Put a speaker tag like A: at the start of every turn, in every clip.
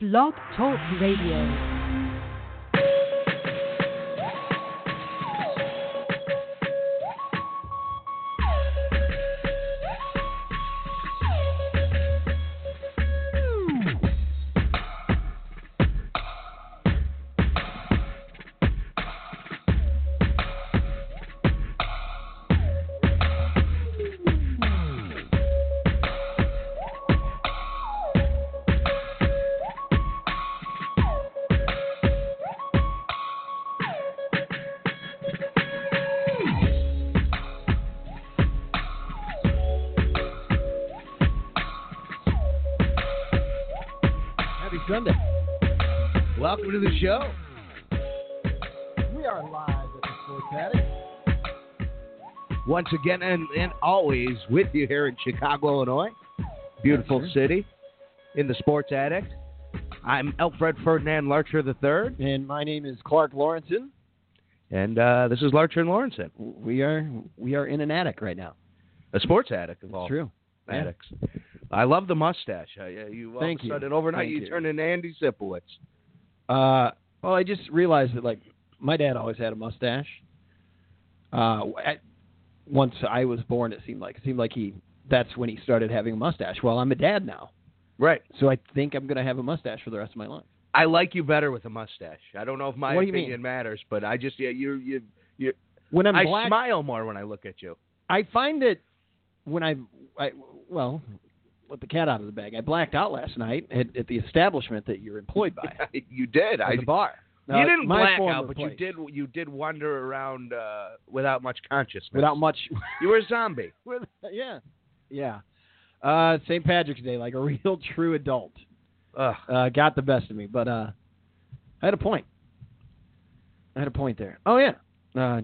A: Blog Talk Radio.
B: Happy Sunday. Welcome to the show. We are live at the Sports Attic. Once again and, and always with you here in Chicago, Illinois. Beautiful
C: Yes,
B: city in the Sports Addict. I'm Alfred Ferdinand Larcher III,
C: And my name is Clark Lawrenson.
B: and uh, this is Larcher and Lawrenson,
C: We are we are in an attic right now.
B: a sports addict of
C: That's
B: all
C: true. yeah.
B: addicts. I love the mustache. I, you all
C: Thank
B: of a
C: you.
B: sudden, overnight,
C: Thank
B: you,
C: you.
B: turn into Andy Sipowicz.
C: Uh, well, I just realized that like my dad always had a mustache. Uh, at, once I was born, it seemed like it seemed like he that's when he started having a mustache. Well, I'm a dad now,
B: Right.
C: so I think I'm gonna have a mustache for the rest of my life.
B: I like you better with a mustache. I don't know if my
C: What do you
B: opinion
C: mean?
B: matters, but I just yeah, you you
C: When I'm
B: I
C: black,
B: smile more when I look at you.
C: I find that when I, I well, let the cat out of the bag. I blacked out last night at, at the establishment that you're employed by,
B: you did. I
C: at the bar. Now,
B: you
C: it's
B: didn't
C: my
B: black
C: former
B: out, but you
C: place.
B: did you did wander around uh, without much consciousness.
C: without much.
B: you were a zombie.
C: with- yeah, yeah. Uh, St. Patrick's Day, like a real true adult,
B: Ugh.
C: uh, got the best of me. But uh, I had a point. I had a point there. Oh yeah. Uh,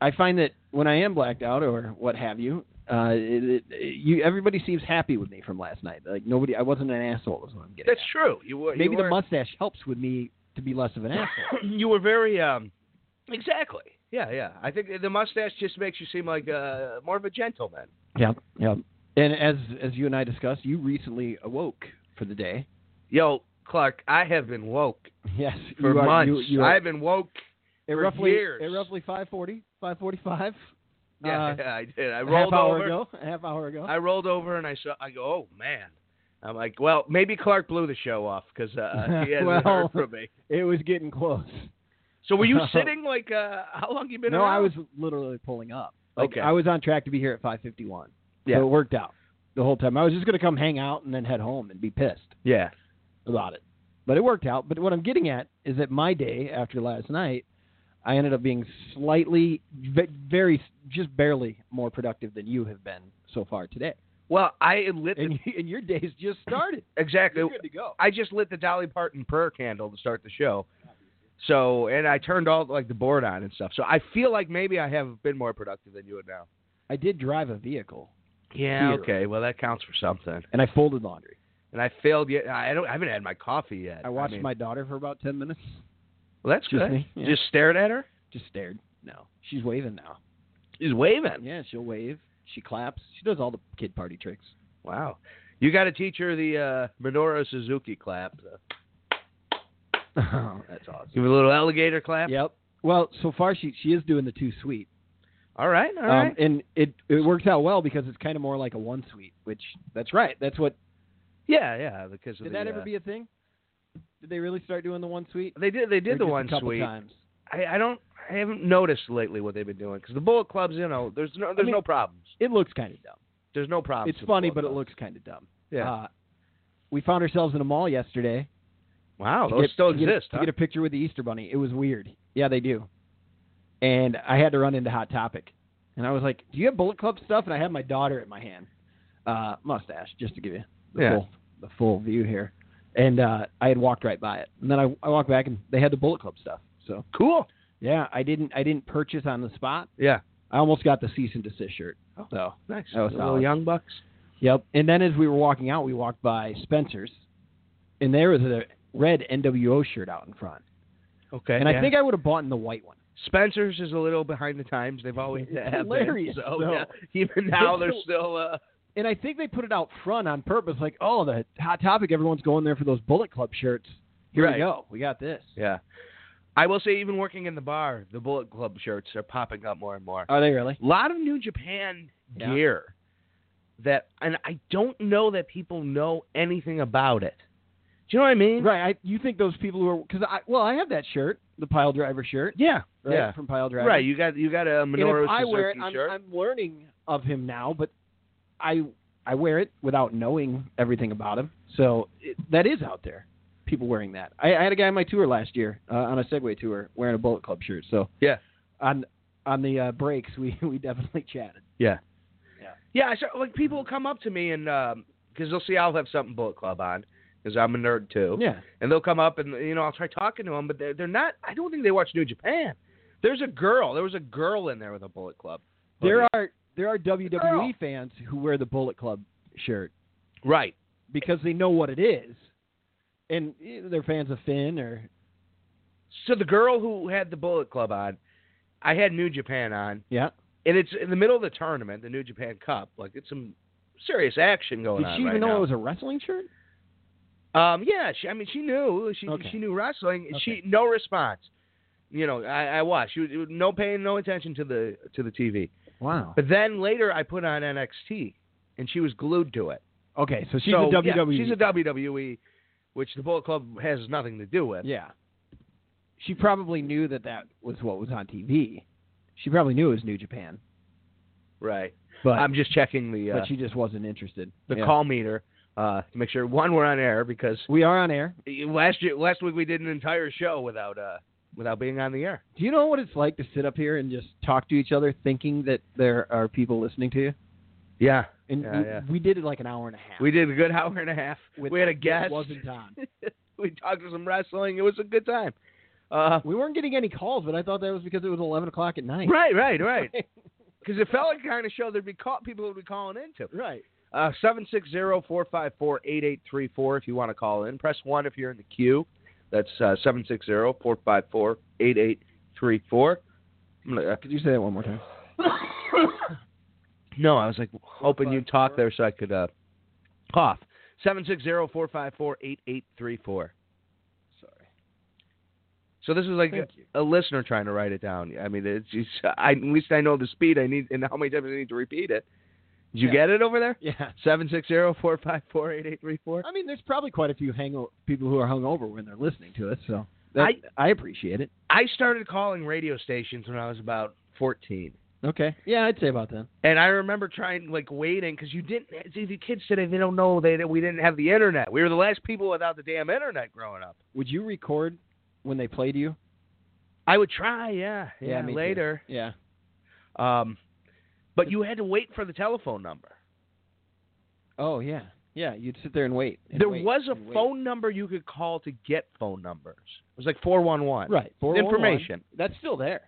C: I find that when I am blacked out or what have you, uh, it, it, you everybody seems happy with me from last night. Like nobody, I wasn't an asshole. Is what I'm getting.
B: That's true. You were
C: at. Maybe
B: you
C: the
B: were,
C: mustache helps with me to be less of an asshole.
B: you were very um exactly. Yeah, yeah. I think the mustache just makes you seem like uh, more of a gentleman.
C: yep, yep. And as as you and I discussed, you recently awoke for the day.
B: Yo, Clark, I have been woke
C: Yes,
B: for
C: you are-
B: months.
C: you- you are-
B: I've been woke
C: at
B: for
C: roughly
B: years.
C: at roughly 540, 545.
B: Yeah,
C: uh,
B: yeah, I did. I
C: a
B: rolled
C: half hour
B: over.
C: ago. A half hour ago.
B: I rolled over and I saw. I go, oh man. I'm like, well, maybe Clark blew the show off because uh, he hasn't
C: Well-
B: heard from me.
C: it was getting close.
B: So were you sitting like? Uh, how long you been?
C: No,
B: around?
C: I was literally pulling up. Like,
B: Okay.
C: I was on track to be here at 551.
B: Yeah.
C: So it worked out the whole time. I was just going to come hang out and then head home and be pissed
B: Yeah.
C: about it. But it worked out. But what I'm getting at is that my day after last night, I ended up being slightly, ve- very, just barely more productive than you have been so far today.
B: Well, I lit the,
C: And, you- and your day's just started.
B: exactly.
C: You're good to go.
B: I just lit the Dolly Parton prayer candle to start the show. So and I turned all like the board on and stuff. So I feel like maybe I have been more productive than you would now.
C: I did drive a vehicle
B: Yeah.
C: Here.
B: Okay. Well, that counts for something.
C: and I folded laundry.
B: And I failed yet. I don't. I haven't had my coffee yet.
C: I watched
B: mean,
C: my daughter for about ten minutes.
B: Well, that's
C: Just
B: good.
C: me, yeah.
B: Just stared at her.
C: Just stared. No, she's waving now.
B: She's waving.
C: Yeah, she'll wave. She claps. She does all the kid party tricks.
B: Wow. You got to teach her the uh, Minoru Suzuki clap. the-
C: That's awesome.
B: Give her a little alligator clap.
C: Yep. Well, so far she she is doing the two sweet,
B: All right. All
C: um,
B: right.
C: and it it works out well because it's kind of more like a one sweet, which that's right. That's what
B: yeah, yeah. Because of
C: did
B: the,
C: that ever
B: uh,
C: be a thing? Did they really start doing the one sweet?
B: They did. They
C: Or
B: did the
C: just
B: one
C: a couple
B: sweet.
C: times.
B: I, I don't. I haven't noticed lately what they've been doing because the Bullet Club's. You know, there's no. There's
C: mean-
B: no problems.
C: It looks kind of dumb.
B: There's no problems.
C: It's
B: with the
C: funny,
B: Bullet
C: but it
B: Club.
C: looks kind of dumb.
B: Yeah.
C: Uh, we found ourselves in a mall yesterday.
B: wow.
C: to
B: Those
C: get-
B: still
C: to get a-
B: exist.
C: to
B: huh?
C: get a picture with the Easter Bunny. It was weird. Yeah, they do. And I had to run into Hot Topic, and I was like, "Do you have Bullet Club stuff?" And I had my daughter in my hand, uh, mustache, just to give you the
B: Yeah.
C: full the full view here. And uh, I had walked right by it, and then I, I walked back, and they had the Bullet Club stuff. So
B: cool.
C: yeah, I didn't I didn't purchase on the spot.
B: Yeah.
C: I almost got the cease and desist shirt.
B: Oh.
C: So
B: Nice.
C: That was
B: The little
C: solid.
B: young bucks.
C: Yep. And then as we were walking out, we walked by Spencer's, and there was a red NWO shirt out in front.
B: Okay.
C: And
B: yeah.
C: I think I would have bought in the white one.
B: Spencer's is a little behind the times. They've always
C: It's
B: have been.
C: hilarious,
B: So
C: though.
B: yeah, even now
C: It's
B: they're
C: hil-
B: still uh,
C: and I think they put it out front on purpose, like, oh, the hot topic, everyone's going there for those Bullet Club shirts. Here
B: Right.
C: we go, we got this.
B: Yeah. I will say, even working in the bar, the Bullet Club shirts are popping up more and more.
C: Are they really?
B: A lot of New Japan
C: Yeah.
B: gear that, and I don't know that people know anything about it. Do you know what I mean?
C: Right. I, you think those people who are because I well, I have that shirt, the pile driver shirt,
B: Yeah.
C: right,
B: Yeah.
C: from pile driver.
B: Right. You got you got a
C: And
B: Minoru
C: if I
B: Suzuki
C: wear it, I'm,
B: shirt.
C: I'm learning of him now, but I I wear it without knowing everything about him. So it, that is out there. People wearing that. I, I had a guy on my tour last year uh, on a Segway tour wearing a Bullet Club shirt. So
B: Yeah.
C: on on the uh, breaks we we definitely chatted.
B: Yeah, I saw, like people will come up to me and because they'll see I'll have something Bullet Club on because I'm a nerd too,
C: Yeah.
B: and they'll come up and you know I'll try talking to them, but they're, they're not. I don't think they watch New Japan. There's a girl. There was a girl in there with a Bullet Club.
C: There
B: hoodie.
C: are there are WWE
B: Girl.
C: fans who wear the Bullet Club shirt.
B: right.
C: because they know what it is, and eh, they're fans of Finn or
B: So the girl who had the Bullet Club on, I had New Japan on,
C: yeah.
B: and it's in the middle of the tournament, the New Japan Cup. Like it's some serious action going
C: Did
B: on
C: she
B: right
C: even know
B: now.
C: it was a wrestling shirt?
B: Um, yeah, she, I mean, she knew she
C: Okay.
B: she knew wrestling. and She
C: Okay.
B: no response. You know, I, I watched. She was, it was no paying no attention to the to the TV.
C: Wow.
B: But then later, I put on NXT, and she was glued to it.
C: Okay, so she's
B: so,
C: a E.
B: yeah,
C: WWE.
B: she's a WWE, which the Bullet Club has nothing to do with.
C: Yeah. She probably knew that that was what was on TV. She probably knew it was New Japan,
B: Right.
C: but
B: I'm just checking the uh,
C: but she just wasn't interested.
B: the
C: Yeah.
B: call meter uh, to make sure one we're on air because
C: We are on air.
B: last year, last week we did an entire show without uh, without being on the air.
C: Do you know what it's like to sit up here and just talk to each other, thinking that there are people listening to you?
B: Yeah,
C: And
B: Yeah,
C: we,
B: yeah.
C: we did it like an hour and a half.
B: we did a good hour and a half.
C: with-
B: we had a
C: that
B: guest.
C: Wasn't on.
B: we talked to some wrestling. It was a good time. Uh,
C: We weren't getting any calls, but I thought that was because it was eleven o'clock at night.
B: right, right, right. Because it felt like the kind of show there'd be call- people would be calling into.
C: Right.
B: Uh Seven six zero four five four eight eight three four. If you want to call in, press one if you're in the queue. That's uh, seven six zero four five four eight eight three four. uh,
C: Could you say that one more time?
B: No, I was like hoping you'd talk there so I could uh, cough. Seven six zero four five four eight eight three four.
C: Sorry.
B: So this is like
C: Thank you.
B: a, a listener trying to write it down. I mean, it's just, I, at least I know the speed I need and how many times I need to repeat it. Did you
C: Yeah.
B: get it over there?
C: Yeah.
B: Seven six zero four five four eight eight three four.
C: I mean, there's probably quite a few hango- people who are hungover when they're listening to us, so that, I appreciate it.
B: I started calling radio stations when I was about fourteen,
C: Okay. Yeah, I'd say about that.
B: and I remember trying like waiting because you didn't. See, the kids today they don't know they we didn't have the internet. We were the last people without the damn internet growing up.
C: Would you record when they played you?
B: I would try, yeah,
C: Yeah,
B: yeah,
C: me too.
B: later.
C: Yeah.
B: Um, but you had to wait for the telephone number.
C: Oh yeah. Yeah, you'd sit there and wait. and
B: There
C: wait,
B: was a
C: and wait.
B: phone number you could call to get phone numbers. It was like four one one.
C: Right. 411.
B: Information.
C: That's still there.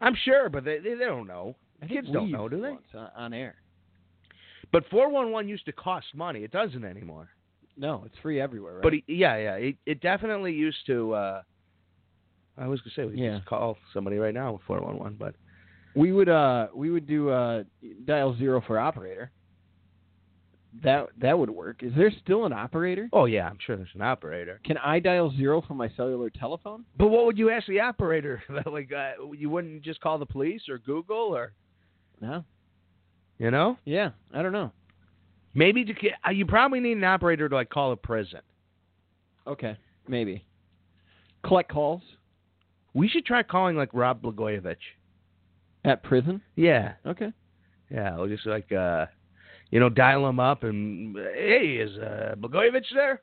B: I'm sure, but they they, they don't know.
C: I think
B: Kids don't
C: we
B: know, do they?
C: once on- On air.
B: But four one one used to cost money. It doesn't anymore.
C: No, it's free everywhere, right?
B: But it, yeah, yeah, it, it definitely used to. uh I was gonna say we could
C: Yeah.
B: just call somebody right now with four one one, but
C: We would uh we would do uh dial zero for operator. That that would work. Is there still an operator?
B: oh yeah, I'm sure there's an operator.
C: Can I dial zero from my cellular telephone?
B: But what would you ask the operator? like uh, you wouldn't just call the police or Google or
C: No.
B: you know?
C: Yeah, I don't know.
B: Maybe to, get- uh, you probably need an operator to like call a prison.
C: Okay, maybe. Collect calls
B: We should try calling like Rob Blagojevich.
C: at prison.
B: Yeah,
C: Okay.
B: yeah. We'll just like uh, you know, dial him up and hey, is uh, Blagojevich there?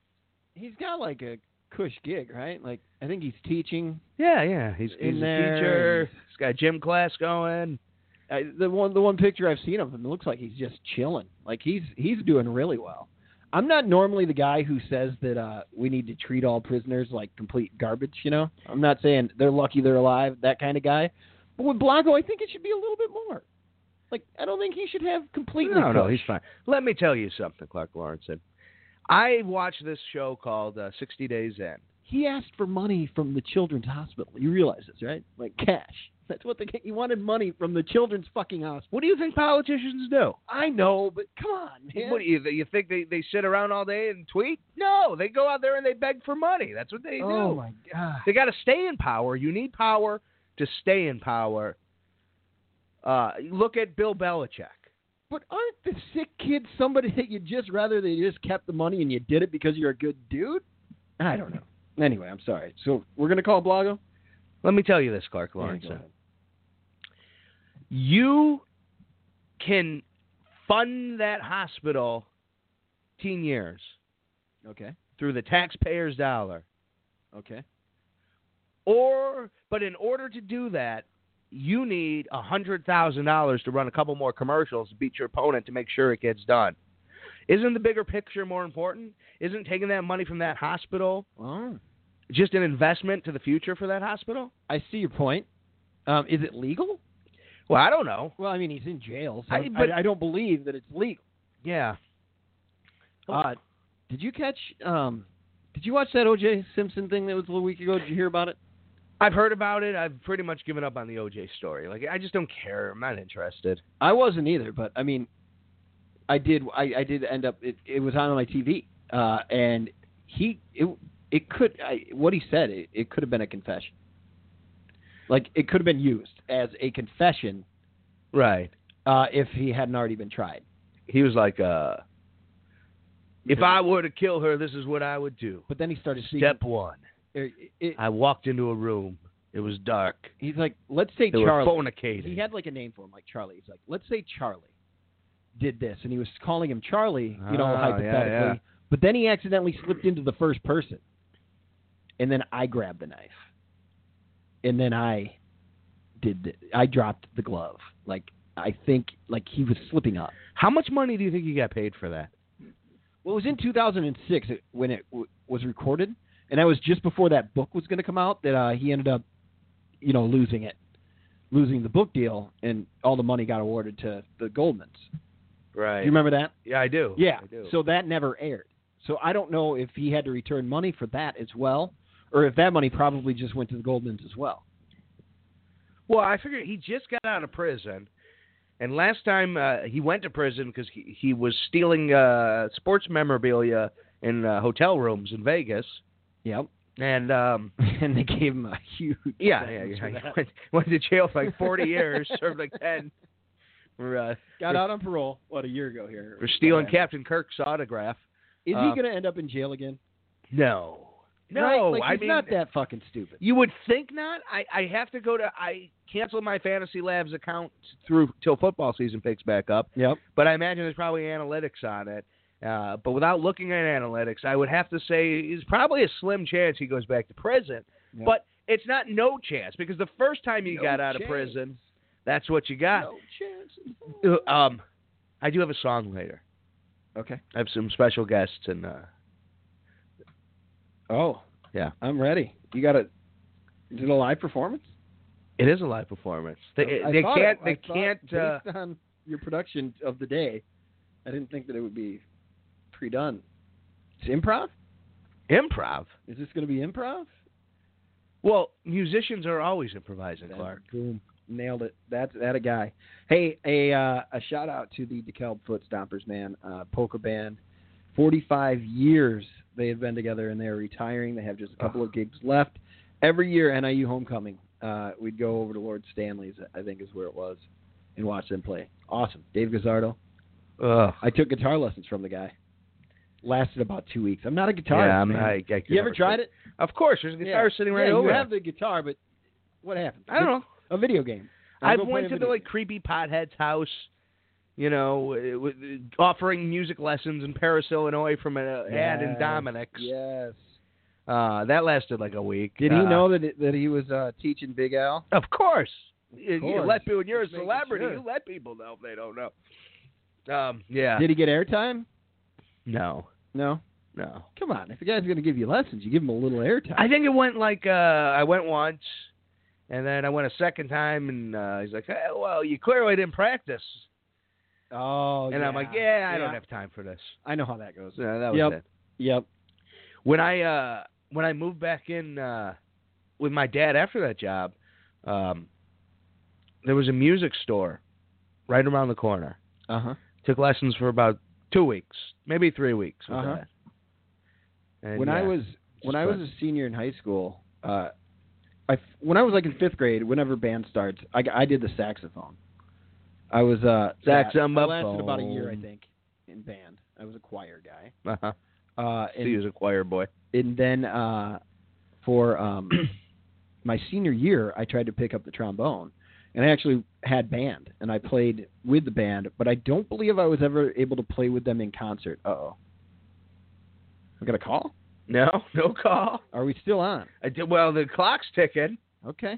C: He's got like a cush gig, right? Like I think he's teaching.
B: Yeah, yeah. He's,
C: In
B: he's a
C: there,
B: teacher.
C: and-
B: He's got gym class going.
C: I, the one the one picture I've seen of him, it looks like he's just chilling. Like he's he's doing really well. I'm not normally the guy who says that uh, we need to treat all prisoners like complete garbage. You know, I'm not saying they're lucky they're alive, that kind of guy. But with Blanco, I think it should be a little bit more. Like I don't think he should have completely.
B: No, no,
C: cush.
B: he's fine. Let me tell you something, Clark Lawrenson. I watched this show called uh, 60 Days In.
C: He asked for money from the Children's Hospital. You realize this, right? Like cash. That's what they get. He wanted money from the Children's fucking hospital.
B: What do you think politicians do?
C: I know, but come on, man.
B: What do you, you think they, they sit around all day and tweet? No, they go out there and they beg for money. That's what they
C: oh
B: do.
C: my god.
B: They got to stay in power. You need power to stay in power. Uh, look at Bill Belichick.
C: But aren't the sick kids somebody that you just rather they just kept the money and you did it because you're a good dude? I don't know. Anyway, I'm sorry. So we're gonna call Blago.
B: Let me tell you this, Clark
C: Yeah,
B: Lawrence.
C: go ahead.
B: you can fund that hospital 10 years
C: Okay.
B: through the taxpayer's dollar.
C: Okay.
B: Or, but in order to do that, you need a hundred thousand dollars to run a couple more commercials to beat your opponent to make sure it gets done. Isn't the bigger picture more important? Isn't taking that money from that hospital
C: Well,
B: just an investment to the future for that hospital?
C: I see your point. Um, is it legal?
B: Well, I don't know.
C: Well, I mean, he's in jail, so
B: I-
C: I,
B: but-
C: I, don't believe that it's legal.
B: Yeah.
C: Uh, did you catch? Um, did you watch that O.J. Simpson thing that was a little week ago? Did you hear about it?
B: I've heard about it. I've pretty much given up on the OJ story. Like, I just don't care. I'm not interested.
C: I wasn't either, but I mean, I did. I, I did end up. It, it was on my TV, uh, and he. It, it could. I, what he said. It, it could have been a confession. Like it could have been used as a confession
B: Right.
C: uh, if he hadn't already been tried.
B: He was like, uh, if I were to kill her, this is what I would do.
C: But then he started speaking.
B: Step one.
C: er, it-
B: I walked into a room. It was dark.
C: he's like, let's say
B: They
C: Charlie.
B: were fornicating.
C: He had like a name for him, like Charlie. He's like, let's say Charlie did this, and he was calling him Charlie, you know,
B: Ah,
C: hypothetically.
B: yeah, yeah.
C: But then he accidentally slipped into the first person, and then I grabbed the knife, and then I did. The, I dropped the glove. Like I think, like he was slipping up.
B: How much money do you think he got paid for that?
C: Well, it was in 2006 it- when it w- was recorded, and that was just before that book was going to come out that uh, he ended up, you know, losing it, losing the book deal, and all the money got awarded to the Goldmans.
B: Right.
C: Do you remember that?
B: Yeah, I do.
C: Yeah.
B: I do.
C: So that never aired. So I don't know if he had to return money for that as well, or if that money probably just went to the Goldmans as well.
B: well, I figured he just got out of prison, and last time uh, he went to prison because he, he was stealing uh, sports memorabilia in uh, hotel rooms in Vegas,
C: Yep.
B: and um,
C: and they gave him a huge.
B: yeah, yeah,
C: sentence
B: yeah,
C: for
B: he
C: that.
B: went, went to jail for like 40 years, served like 10. For, uh,
C: Got out on parole what a year ago here.
B: for stealing
C: Whatever.
B: Captain Kirk's autograph.
C: Is
B: uh,
C: he going to end up in jail again?
B: No. No,
C: Right? Like,
B: I
C: he's
B: mean,
C: not that fucking stupid.
B: You would think not. I, I have to go to I canceled my fantasy labs account through till football season picks back up.
C: Yep.
B: But I imagine there's probably analytics on it. Uh, but without looking at analytics, I would have to say it's probably a slim chance he goes back to prison.
C: Yep.
B: But it's not no chance because the first time you got out of prison, that's what you got.
C: No chance.
B: Uh, Um, I do have a song later.
C: Okay.
B: I have some special guests and uh,
C: Oh.
B: Yeah.
C: I'm ready. You got a. Is it a live performance?
B: it is a live performance. They
C: I
B: they
C: thought
B: can't
C: it- I
B: they
C: thought
B: can't. Uh,
C: Based on your production of the day, I didn't think that it would be pre-done. It's improv.
B: improv.
C: Is this going to be improv?
B: Well, musicians are always improvising, Clark.
C: Boom. Nailed it. That's that a guy. Hey, a uh, a shout out to the DeKalb Foot Stompers, man. Uh, polka band. Forty five years they have been together, and they're retiring. They have just a couple of gigs left. Every year, NIU homecoming, uh, we'd go over to Lord Stanley's, I think is where it was, and watch them play. Awesome. Dave Gazzardo.
B: Ugh.
C: I took guitar lessons from the guy. Lasted about two weeks. I'm not a guitarist.
B: Yeah, I'm,
C: man.
B: I, I
C: you ever tried it?
B: Of course, there's a guitar sitting right
C: yeah,
B: over.
C: You
B: there.
C: have the guitar, but what happened?
B: I don't know.
C: A video game. I'll
B: I've
C: go play
B: went
C: a
B: to the
C: video
B: like
C: game.
B: creepy pothead's house, you know, uh, with- uh, offering music lessons in Paris, Illinois, from an uh, ad in
C: Yes,
B: Dominic's.
C: Yes.
B: Uh, that lasted like a week.
C: Did
B: Uh,
C: he know that it, that he was uh, teaching Big Al?
B: Of course. You- You
C: course.
B: let people. When you're a
C: Just making
B: celebrity,
C: sure.
B: you let people know if they don't know. Um. Yeah.
C: Did he get airtime?
B: no.
C: No.
B: No.
C: Come on, if the guy's going to give you lessons, you give him a little airtime.
B: I think it went like uh I went once, and then I went a second time, and uh, he's like, hey, "Well, you clearly didn't practice."
C: oh,
B: and I'm like, "Yeah, I don't have time for this."
C: I know how that goes.
B: So that was
C: Yep.
B: it.
C: Yep.
B: When I uh when I moved back in uh, with my dad after that job, um, there was a music store right around the corner.
C: Uh huh.
B: Took lessons for about two weeks, maybe three weeks. something
C: Uh-huh.
B: like that. And,
C: when I
B: yeah,
C: was when I was
B: fun.
C: a senior in high school, uh, I when I was like in fifth grade, whenever band starts, I, I did the saxophone. I was uh
B: Saxophone.
C: I lasted about a year, I think, in band. I was a choir guy.
B: uh-huh.
C: Uh,
B: so he
C: and,
B: was a choir boy.
C: and then uh, for um, my senior year, I tried to pick up the trombone, and I actually had band, and I played with the band, but I don't believe I was ever able to play with them in concert. Uh oh. I got a call.
B: No, no call.
C: Are we still on?
B: I did, well, the clock's ticking,
C: Okay.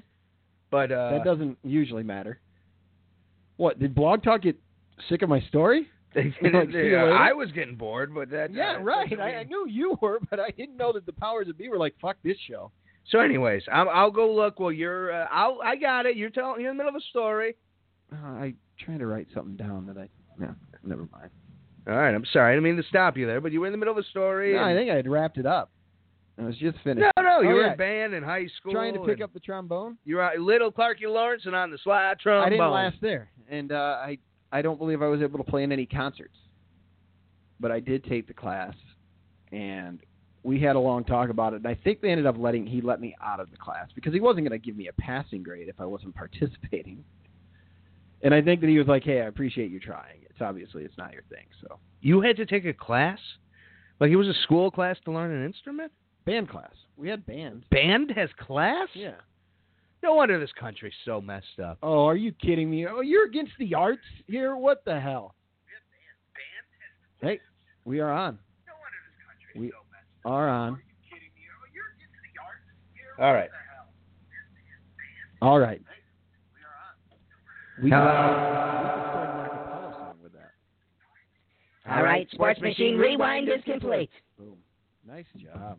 B: but uh,
C: that doesn't usually matter. What did Blog Talk get sick of my story? Like, see you later?
B: I was getting bored, but that uh, doesn't mean-
C: knew you were, but I didn't know that the powers that be were like, "Fuck this show."
B: So, anyways, I'm, I'll go look. Well, you're. Uh, I'll. I got it. You're telling. You're in the middle of a story.
C: Uh, I trying to write something down that I no, never mind.
B: All right. I'm sorry. I didn't mean to stop you there, but you were in the middle of a story.
C: No, I
B: and-
C: think I had wrapped it up. I was just finished
B: no, no. You
C: Oh,
B: were
C: yeah.
B: in band in high school.
C: trying to pick
B: and
C: up the trombone.
B: You're out, little Clarky Lawrence and on the slide trombone.
C: I didn't last there, and uh, I I don't believe I was able to play in any concerts. But I did take the class, and we had a long talk about it. And I think they ended up letting he let me out of the class because he wasn't going to give me a passing grade if I wasn't participating. And I think that he was like, "Hey, I appreciate you trying. It's obviously it's not your thing." So
B: You had to take a class. Like it was a school class to learn an instrument.
C: band class, we had band.
B: Band has class.
C: Yeah.
B: No wonder this country's so messed up.
C: Oh, are you kidding me? Oh, you're against the arts here? What the hell? Hey, we are on. We are on.
B: All right.
C: All right. We
B: Now-
C: are on.
A: All right, Sports Machine Rewind is complete.
C: Nice job.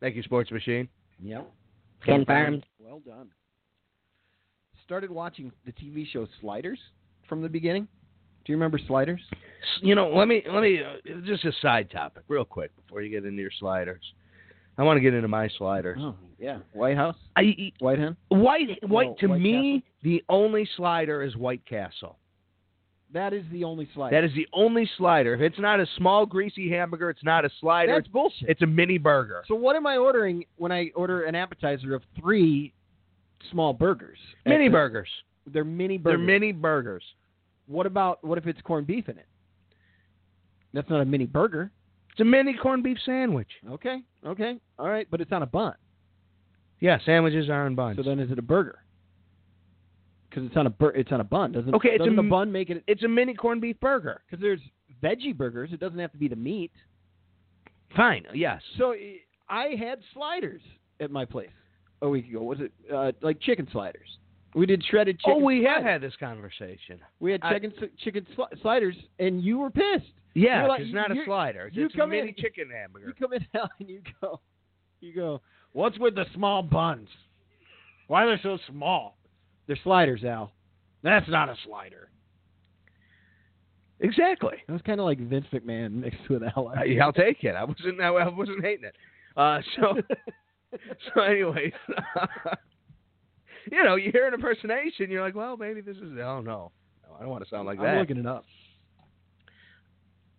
B: Thank you, Sports Machine.
C: Yep.
A: Confirmed.
C: Well done. Started watching the TV show Sliders from the beginning. Do you remember Sliders?
B: you know, let me let me uh, just a side topic real quick before you get into your sliders. I want to get into my sliders.
C: Oh, yeah. White House?
B: I
C: White Hen?
B: white white to
C: White
B: me the only slider is White Castle.
C: That is the only slider.
B: That is the only slider. If it's not a small greasy hamburger, it's not a slider.
C: That's bullshit.
B: It's a mini burger.
C: So what am I ordering when I order an appetizer of three small burgers?
B: Mini
C: That's-
B: burgers.
C: They're mini burgers.
B: They're mini burgers.
C: What about what if it's corned beef in it? That's not a mini burger.
B: It's a mini corned beef sandwich.
C: Okay. Okay. All right. But it's on a bun.
B: Yeah, sandwiches are in buns.
C: So then, is it a burger? Because it's on a bur- it's on a bun, doesn't?
B: Okay, it's a
C: doesn't the
B: m-
C: bun make it?
B: it's a mini corned beef burger.
C: Because there's veggie burgers. It doesn't have to be the meat.
B: Fine. Yes.
C: So eh, I had sliders at my place a week ago. Was it uh, like chicken sliders? We did shredded chicken.
B: oh, we have
C: sliders.
B: had this conversation.
C: We had
B: I-
C: chicken chicken sli- sliders, and you were pissed.
B: Yeah,
C: You're like-
B: it's not a
C: you-
B: slider.
C: you
B: it's a
C: come
B: mini
C: in-
B: chicken
C: You
B: hamburger.
C: come in hell and you go, you go. What's with the small buns? Why they're so small? They're sliders, Al. That's not a slider.
B: Exactly.
C: That was kind of like Vince McMahon mixed with Al.
B: I- Uh, I'll take it. I wasn't. I wasn't hating it. Uh, so, so, anyways, you know, you hear an impersonation, you're like, well, maybe this is. Oh no, no I don't want to sound like
C: I'm
B: that.
C: looking it up.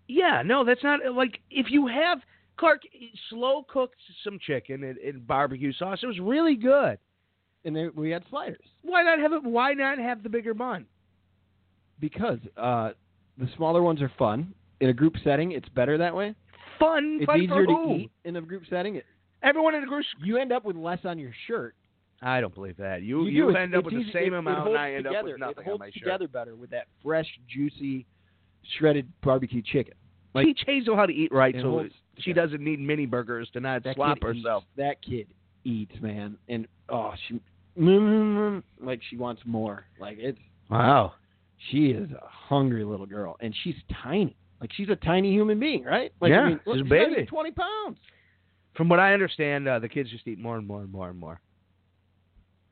B: Yeah, no, that's not like if you have Clark slow cooked some chicken in, in barbecue sauce. It was really good.
C: And they, we had sliders
B: Why not have it? Why not have the bigger bun?
C: because uh, the smaller ones are fun. In a group setting, it's better that way.
B: Fun,
C: It's
B: fun for
C: easier to
B: who?
C: eat in a group setting. It-
B: Everyone in the group.
C: You end up with less on your shirt.
B: I don't believe that. You
C: do.
B: you,
C: It's-
B: end up
C: it's
B: with
C: easy-
B: the same
C: it- it
B: amount,
C: holds
B: and I end
C: together.
B: up with nothing
C: It holds
B: on my shirt.
C: together better with that fresh, juicy, shredded barbecue chicken. Like-
B: Teach Hazel how to eat right,
C: It
B: so
C: holds
B: she
C: together.
B: doesn't need mini burgers to not
C: That
B: slop
C: kid eats.
B: herself.
C: That kid eats, man, and oh, she mm, like she wants more. Like it's
B: Wow.
C: she is a hungry little girl, and she's tiny. Like she's a tiny human being, right? Like,
B: Yeah,
C: I mean,
B: she's a
C: look, not
B: baby.
C: even Twenty pounds.
B: From what I understand, uh, the kids just eat more and more and more and more.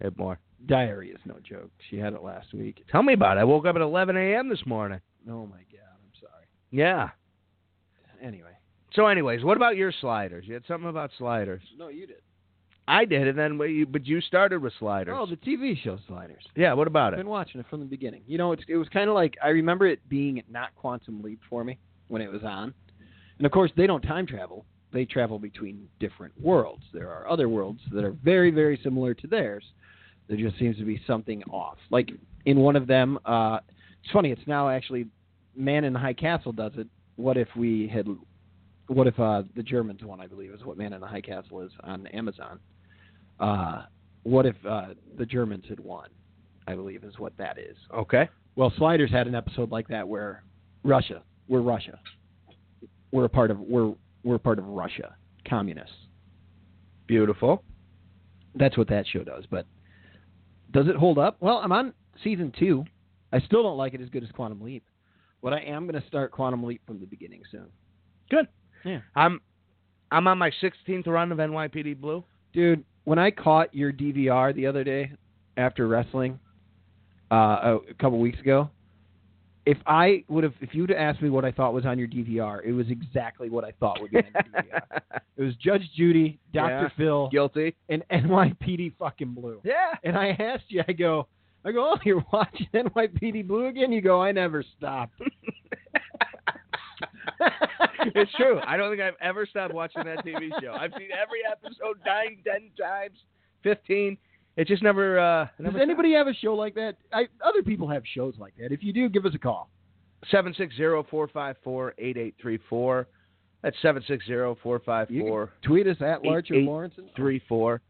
B: And more.
C: Diary is no joke. She had it last week.
B: Tell me about it. I woke up at 11 a.m. this morning.
C: Oh my god, I'm sorry.
B: Yeah.
C: Anyway,
B: So, anyways, what about your sliders? You had something about sliders.
C: No, you did.
B: I did, and then we, but you started with sliders.
C: Oh, the TV show Sliders.
B: yeah. What about
C: I've
B: it?
C: been watching it from the beginning. You know, it's, it was kind of like I remember it being not Quantum Leap for me when it was on. And of course, they don't time travel. They travel between different worlds. There are other worlds that are very, very similar to theirs. There just seems to be something off. Like in one of them, uh, it's funny. It's now actually Man in the High Castle does it. What if we had? What if uh, the Germans one? I believe is what Man in the High Castle is on Amazon. Uh, what if uh, the Germans had won? I believe is what that is.
B: Okay.
C: Well, Sliders had an episode like that where Russia, we're Russia, we're a part of we're we're part of Russia, communists.
B: Beautiful.
C: That's what that show does. But does it hold up? Well, I'm on season two. I still don't like it as good as Quantum Leap, but I am going to start Quantum Leap from the beginning soon.
B: I'm I'm on my 16th run of NYPD Blue.
C: Dude, when I caught your DVR the other day after wrestling, uh, a, a couple weeks ago, if I would have, if you'd asked me what I thought was on your DVR, it was exactly what I thought would be on your DVR. It was Judge Judy, Doctor
B: Yeah.
C: Phil,
B: Guilty.
C: and NYPD fucking blue.
B: Yeah.
C: And I asked you, I go, I go, oh, you're watching NYPD blue again? You go, I never stopped.
B: it's true. I don't think I've ever stopped watching that TV show. I've seen every episode nine, ten times, fifteen. It just never. Uh,
C: Does
B: never
C: anybody have a show like that? I, other people have shows like that. If you do, give us a call.
B: Seven six zero four five four eight eight three four. That's seven six zero four five
C: You can
B: four
C: Tweet us at
B: Eight-
C: Larcher
B: eight-
C: Lawrence. and-
B: three four.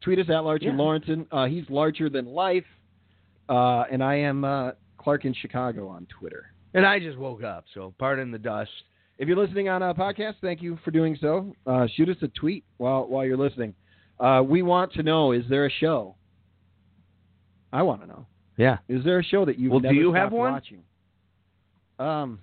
C: Tweet us at Larcher
B: Yeah.
C: Lawrence. and, Uh, he's larger than life, uh, and I am uh, Clark in Chicago on Twitter.
B: And I just woke up, so pardon the dust.
C: If you're listening on a podcast, thank you for doing so. Uh, shoot us a tweet while while you're listening. Uh, we want to know: Is there a show? I want to know:
B: Yeah.
C: Is there a show that you've
B: Well, do
C: never
B: you
C: stopped
B: have one?
C: watching? Um,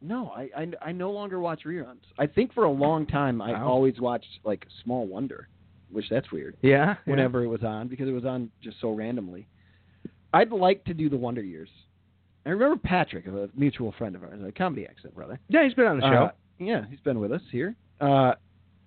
C: no, I, I I no longer watch reruns. I think for a long time I
B: Wow.
C: always watched like Small Wonder, which that's weird
B: Yeah.
C: whenever it was on because it was on just so randomly. I'd like to do the Wonder Years. I remember Patrick, a mutual friend of ours, a comedy accent brother.
B: Yeah, he's been on the show.
C: Uh, yeah, he's been with us here. Uh,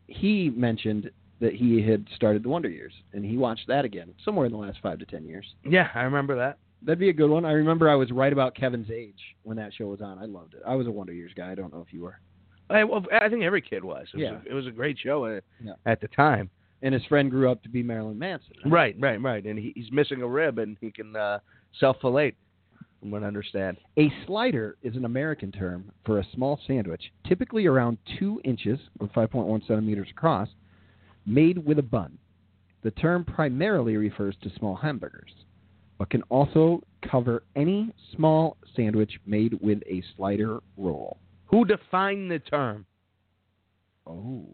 C: he mentioned that he had started the Wonder Years and he watched that again somewhere in the last five to ten years.
B: yeah, I remember that.
C: That'd be a good one. I remember I was right about Kevin's age when that show was on. I loved it. I was a Wonder Years guy. I don't know if you were.
B: I, well, I think every kid was. It was,
C: Yeah.
B: a, it was a great show at,
C: Yeah.
B: at the time.
C: And his friend grew up to be Marilyn Manson.
B: Right, right, right. And he, he's missing a rib, and he can uh, self-fillet. I'm gonna understand.
C: A slider is an American term for a small sandwich, typically around 2 inches or 5.1 centimeters across, made with a bun. The term primarily refers to small hamburgers, but can also cover any small sandwich made with a slider roll.
B: Who defined the term?
C: Oh.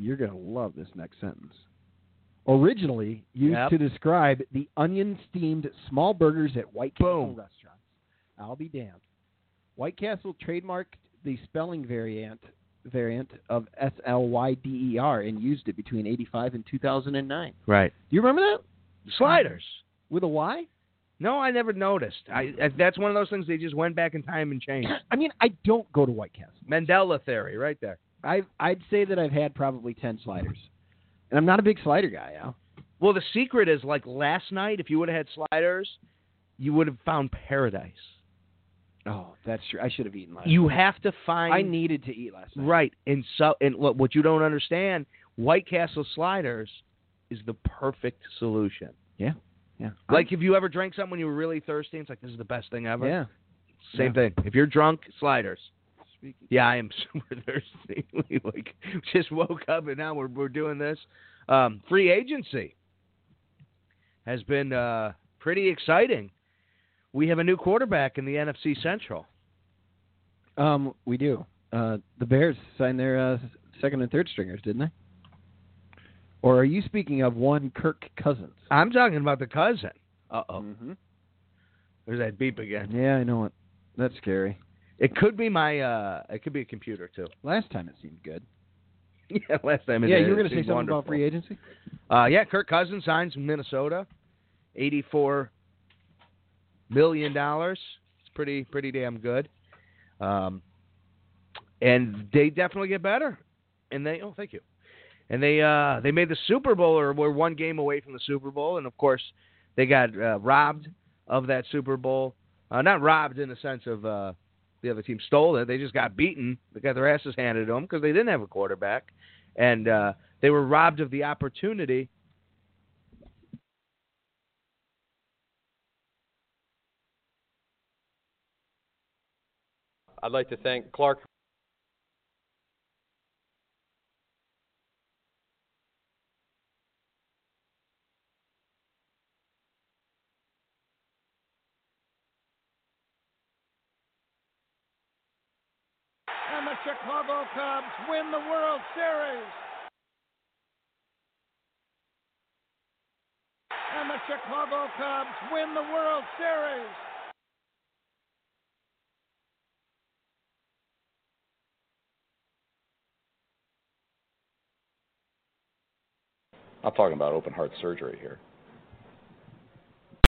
C: You're going to love this next sentence. Originally used
B: Yep.
C: to describe the onion steamed small burgers at White Castle
B: Boom.
C: restaurants. I'll be damned. White Castle trademarked the spelling variant variant of S L Y D E R and used it between 85 and 2009.
B: Right.
C: Do you remember that?
B: Sliders.
C: With a Y?
B: No, I never noticed. I, I that's one of those things they just went back in time and changed.
C: I mean, I don't go to White Castle.
B: Mandela theory, right there.
C: I I'd say that I've had probably 10 sliders. And I'm not a big slider guy, Al.
B: Well, the secret is like last night. If you would have had sliders, you would have found paradise.
C: Oh, that's true. I should have eaten last
B: You have to find
C: I needed to eat last night.
B: Right. And so and look, what you don't understand, White Castle sliders is the perfect solution.
C: Yeah.
B: Like if you ever drank something when you were really thirsty, it's like this is the best thing ever.
C: yeah.
B: Same thing. If you're drunk, sliders.
C: Speaking.
B: Yeah, I am super thirsty. We, like just woke up and now we're we're doing this. Um, free agency has been uh, pretty exciting. We have a new quarterback in the NFC Central.
C: Um, we do. Uh, the Bears signed their uh, second and third stringers, didn't they? Or are you speaking of one Kirk Cousins?
B: I'm talking about the cousin. Uh oh.
C: Uh, Mm-hmm.
B: There's that beep again.
C: Yeah, I know it. That's scary.
B: It could be my. Uh, it could be a computer too.
C: Last time it seemed good.
B: Yeah, last time.
C: yeah, you were going to say something about free agency.
B: Uh, yeah, Kirk Cousins signs in Minnesota, eighty-four million dollars. It's pretty, pretty damn good. Um, and they definitely get better. And they oh thank you. And they uh, they made the Super Bowl or were one game away from the Super Bowl, and of course they got uh, robbed of that Super Bowl. Uh, not robbed in the sense of uh, the other team stole it. They just got beaten. They got their asses handed to them because they didn't have a quarterback, and uh, they were robbed of the opportunity.
D: I'd like to thank Clark.
E: And the Chicago Cubs win the World Series. And the Chicago Cubs win the World Series.
D: I'm talking about open heart surgery here.